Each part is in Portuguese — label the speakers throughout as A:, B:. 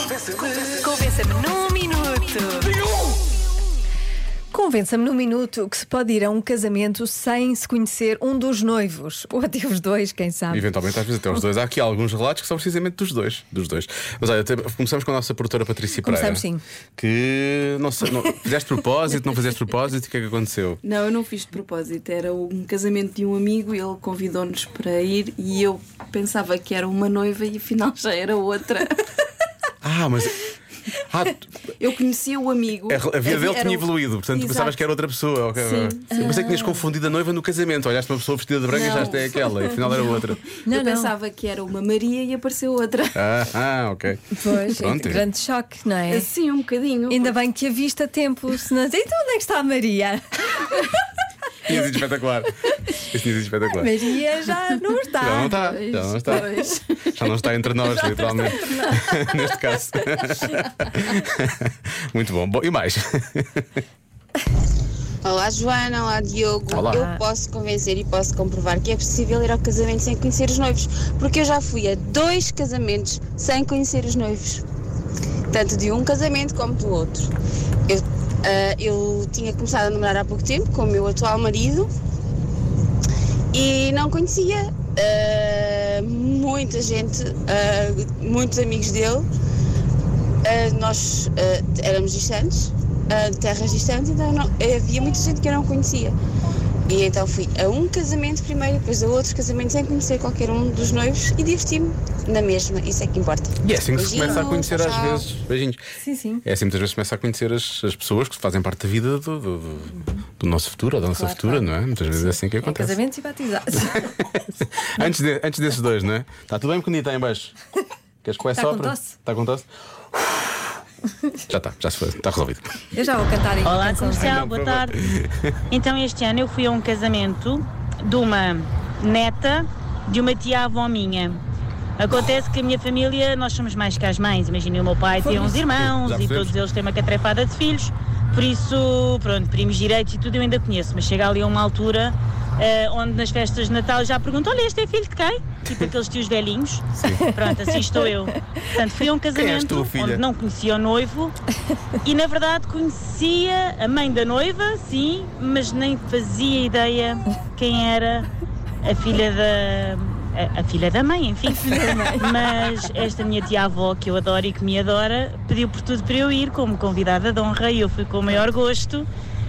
A: Convença-me. Convença-me num minuto.
B: Convença-me num minuto que se pode ir a um casamento sem se conhecer um dos noivos, ou até os dois, quem sabe.
C: Eventualmente, às vezes até os dois. Há aqui alguns relatos que são precisamente dos dois. Dos dois. Mas olha, te- começamos com a nossa produtora Patrícia Pereira.
B: Começamos, sim.
C: Que não sei, não, fizeste propósito, não fizeste propósito, o que é que aconteceu?
D: Não, eu não fiz de propósito. Era um casamento de um amigo, ele convidou-nos para ir e eu pensava que era uma noiva e afinal já era outra.
C: Ah, mas. Ah, tu-
D: Eu conhecia o amigo.
C: a, a vida É dele
D: Era um-
C: tinha
D: o-
C: evoluído, portanto tu
D: Exato.
C: pensavas que era outra pessoa. ok?
D: Sim, Ah.
C: Eu pensei que tinhas confundido a noiva no casamento. Olhaste para uma pessoa vestida de branca e
D: Não.
C: achaste é aquela, e afinal era outra.
B: Não,
D: eu
B: não.
D: pensava que era uma Maria e apareceu outra.
C: Ah, ah, ok.
B: Pois,
C: Pronto.
B: grande choque, não é?
D: Assim, um bocadinho.
B: Ainda bem que a vista a tempo, senão. Então onde é que está a Maria?
C: Tinha sido espetacular. Isso tinha sido espetacular.
B: Maria já não está.
C: Já não está,
D: Pois,
C: já não está.
D: pois.
C: Já não está entre nós, literalmente. Neste caso. Muito bom. bom. E mais?
E: Olá Joana, olá Diogo.
C: Olá.
E: Eu posso convencer e posso comprovar que é possível ir ao casamento sem conhecer os noivos, porque eu já fui a dois casamentos sem conhecer os noivos, tanto de um casamento como do outro. Eu, ah, eu tinha começado a namorar há pouco tempo com o meu atual marido e não conhecia ah, muita gente, ah, muitos amigos dele. Uh, nós uh, éramos distantes, uh, de terras distantes, então não- havia muita gente que eu não conhecia. E então fui a um casamento primeiro, depois a outro casamento sem conhecer qualquer um dos noivos e diverti-me na mesma, isso é que importa.
C: E é assim que se
E: Beijinhos,
C: começa a conhecer às
E: tchau.
C: vezes. Beijinhos.
B: Sim, sim.
C: É assim muitas vezes se começa a conhecer as, as pessoas que fazem parte da vida do, do, do- do nosso futuro, ou da nossa
B: Claro,
C: futura,
B: claro.
C: não é? Muitas vezes é assim que
B: É
C: acontece.
B: casamentos e batizados.
C: antes, de- antes desses dois, não é? Está tudo bem pequenito aí em baixo. Queres que eu
B: Está com
C: sopra?
B: tosse?
C: Está Tá com tosse? Já está, já se foi, está resolvido.
B: Eu já vou cantar Então, em
F: Olá,
B: canção.
C: Ai,
F: comercial,
C: não,
F: boa
C: Então, por favor.
F: tarde. Então, este ano eu fui a um casamento de uma neta de uma tia-avó minha. Acontece que a minha família, nós somos mais que as mães. Imagina, o meu pai tem uns irmãos
C: Já
F: e
C: percebemos.
F: todos eles têm uma catrefada de filhos. Por isso, pronto, primos direitos e tudo eu ainda conheço. Mas chega ali a uma altura eh, onde nas festas de Natal já perguntam: olha, este é filho de quem? Tipo aqueles tios velhinhos. Pronto, assim estou eu. Portanto, fui a um
C: és
F: casamento
C: tu, filha?
F: onde não conhecia o noivo e na verdade conhecia a mãe da noiva, sim, mas nem fazia ideia quem era a filha da. a- A, filha da mãe, enfim. Mas esta minha tia-avó, que eu adoro e que me adora, pediu por tudo para eu ir como convidada de honra e eu fui com o maior gosto.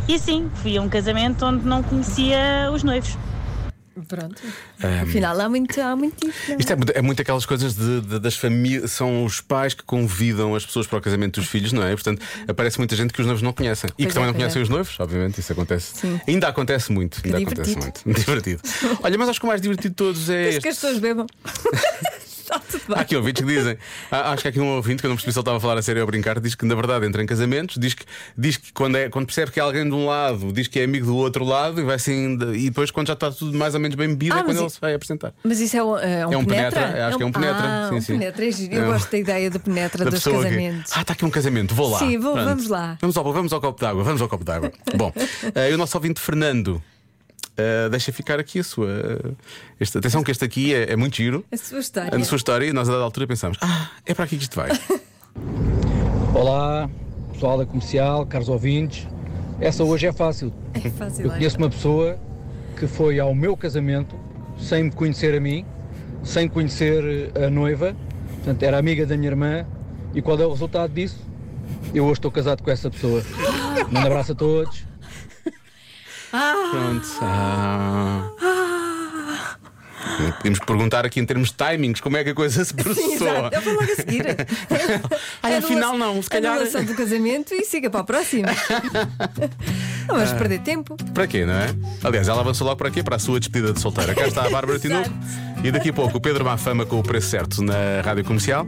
F: E assim, fui a um casamento onde não conhecia os noivos.
B: Pronto. Afinal, há muito, há muito isso, não é?
C: Ehm, Isto é, muito- é muito aquelas coisas de- de- das famílias. São os pais que convidam as pessoas para o casamento dos filhos, não é? Portanto, aparece muita gente que os noivos não conhecem. e
B: Pois
C: que
B: é,
C: também não
B: pois
C: conhecem
B: é.
C: os noivos, obviamente. Isso acontece.
B: Sim.
C: Ainda acontece muito. ainda
B: divertido.
C: acontece muito. Divertido. Olha, mas acho que o mais divertido de todos é
B: Desde que
C: este.
B: as pessoas bebam. Está tudo bem.
C: Há aqui um ouvintes que dizem, ah, acho que há aqui um ouvinte que eu não percebi se ele estava a falar a sério ou a brincar, diz que na verdade entra em casamentos, diz que, diz que quando, é, quando percebe que é alguém de um lado, diz que é amigo do outro lado e vai assim, e depois quando já está tudo mais ou menos bem bebido
B: Ah,
C: é quando
B: mas
C: ele
B: e-
C: se vai apresentar.
B: Mas isso é um, é um
C: É um penetra,
B: penetra?
C: acho que é um penetra,
B: Ah,
C: sim,
B: um
C: sim.
B: penetra. é giro. Eu
C: É um-
B: gosto da ideia do penetra
C: da
B: dos
C: pessoa que-
B: casamentos.
C: Ah, está aqui um casamento, vou lá.
B: Sim, vou-
C: Pronto.
B: vamos lá.
C: Vamos ao, vamos ao copo d'água, vamos ao copo d'água. Bom, eh, e o nosso ouvinte Fernando. eh, deixa ficar aqui a sua. eh, este- atenção, que este aqui é, é muito giro.
B: A sua história.
C: A sua história, e nós a dada altura pensamos: ah, é para aqui que isto vai.
G: Olá, pessoal da comercial, caros ouvintes. Essa hoje é fácil.
B: É fácil.
G: Eu
B: é.
G: conheço uma pessoa que foi ao meu casamento sem me conhecer a mim, sem conhecer eh, a noiva, portanto, era amiga da minha irmã. E qual é o resultado disso? Eu hoje estou casado com essa pessoa. Um abraço a todos.
C: Pronto. Ah. Podemos perguntar aqui em termos de timings como é que a coisa se
B: Sim,
C: processou.
B: exato. É Eu vou logo a seguir.
C: Ai,
B: Anula-
C: afinal não, se calhar-
B: Anulação do casamento e siga para a próxima. não
C: Ah.
B: vamos perder tempo.
C: Para quê, não é? Aliás, ela avançou logo para quê? Para a sua despedida de solteira. Cá está a Bárbara Tinoco. E daqui a pouco o Pedro Mafama com o preço certo na rádio comercial.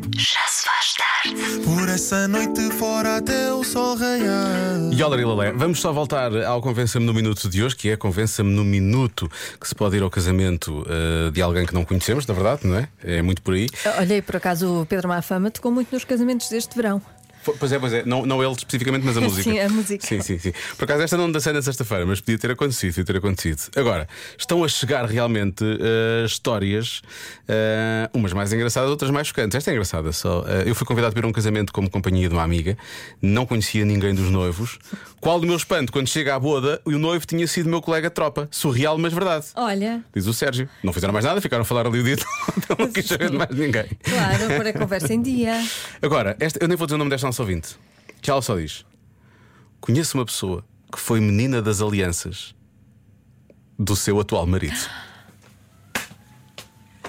H: Por essa noite fora até o sol raiar.
C: E olá, Lilé, vamos só voltar ao Convença-me no Minuto de hoje, que é Convença-me no Minuto, que se pode ir ao casamento eh, de alguém que não conhecemos, na verdade, não é? É muito por aí.
B: Olhei, por acaso, o Pedro Mafama tocou muito nos casamentos deste verão.
C: Foi- Pois é, pois é. Não, não ele especificamente, mas a música.
B: Sim, a música.
C: Sim, sim, sim. Por acaso esta não dancei na sexta-feira, mas podia ter acontecido, podia ter acontecido. Agora, estão a chegar realmente eh, histórias, eh, umas mais engraçadas, outras mais chocantes. Esta é engraçada só. Eh, eu fui convidado para ir a um casamento como companhia de uma amiga, não conhecia ninguém dos noivos. Qual do meu espanto, quando chega à boda, o noivo tinha sido meu colega de tropa. Surreal, mas verdade.
B: Oh. Olha,
C: Diz o Sérgio. Não fizeram mais nada, ficaram a falar ali o dia todo. Não quis saber de mais ninguém.
B: claro, pôr a conversa em dia.
C: Agora, esta- eu nem vou dizer o nome desta nossa ouvinte. Que ela só diz: Conheço uma pessoa que foi menina das alianças do seu atual marido.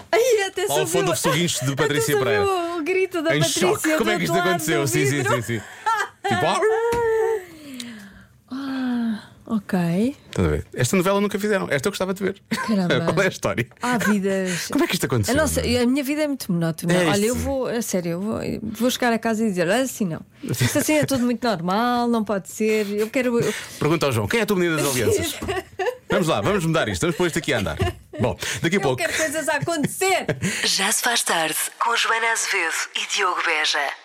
B: Ai, até
C: Ao fundo, o sorriso de Patrícia
B: até se ouviu
C: Pereira.
B: O grito da
C: em
B: Patrícia.
C: choque. Como é que
B: do
C: isto
B: lado do
C: aconteceu? Sim, sim,
B: vidro.
C: sim, sim. tipo, ah,
B: Ah, Ok.
C: estás a ver? Esta novela nunca fizeram. Esta eu gostava de ver.
B: Caramba.
C: Qual é a história?
B: Há vidas.
C: Como é que isto
B: A,
C: aconteceu?
B: nossa, a minha vida é muito monótona.
C: É isto.
B: Olha, eu vou, a sério, eu vou, vou chegar a casa e dizer "Ah, assim não. Isto assim é tudo muito normal, não pode ser. Eu quero. eu-
C: Pergunta ao João: quem é a tua menina das alianças? vamos lá, vamos mudar isto. Vamos pôr isto aqui a andar. Bom, daqui a
B: eu
C: É pouco.
B: quero coisas a acontecer.
A: Já se faz tarde com Joana Azevedo e Diogo Beja.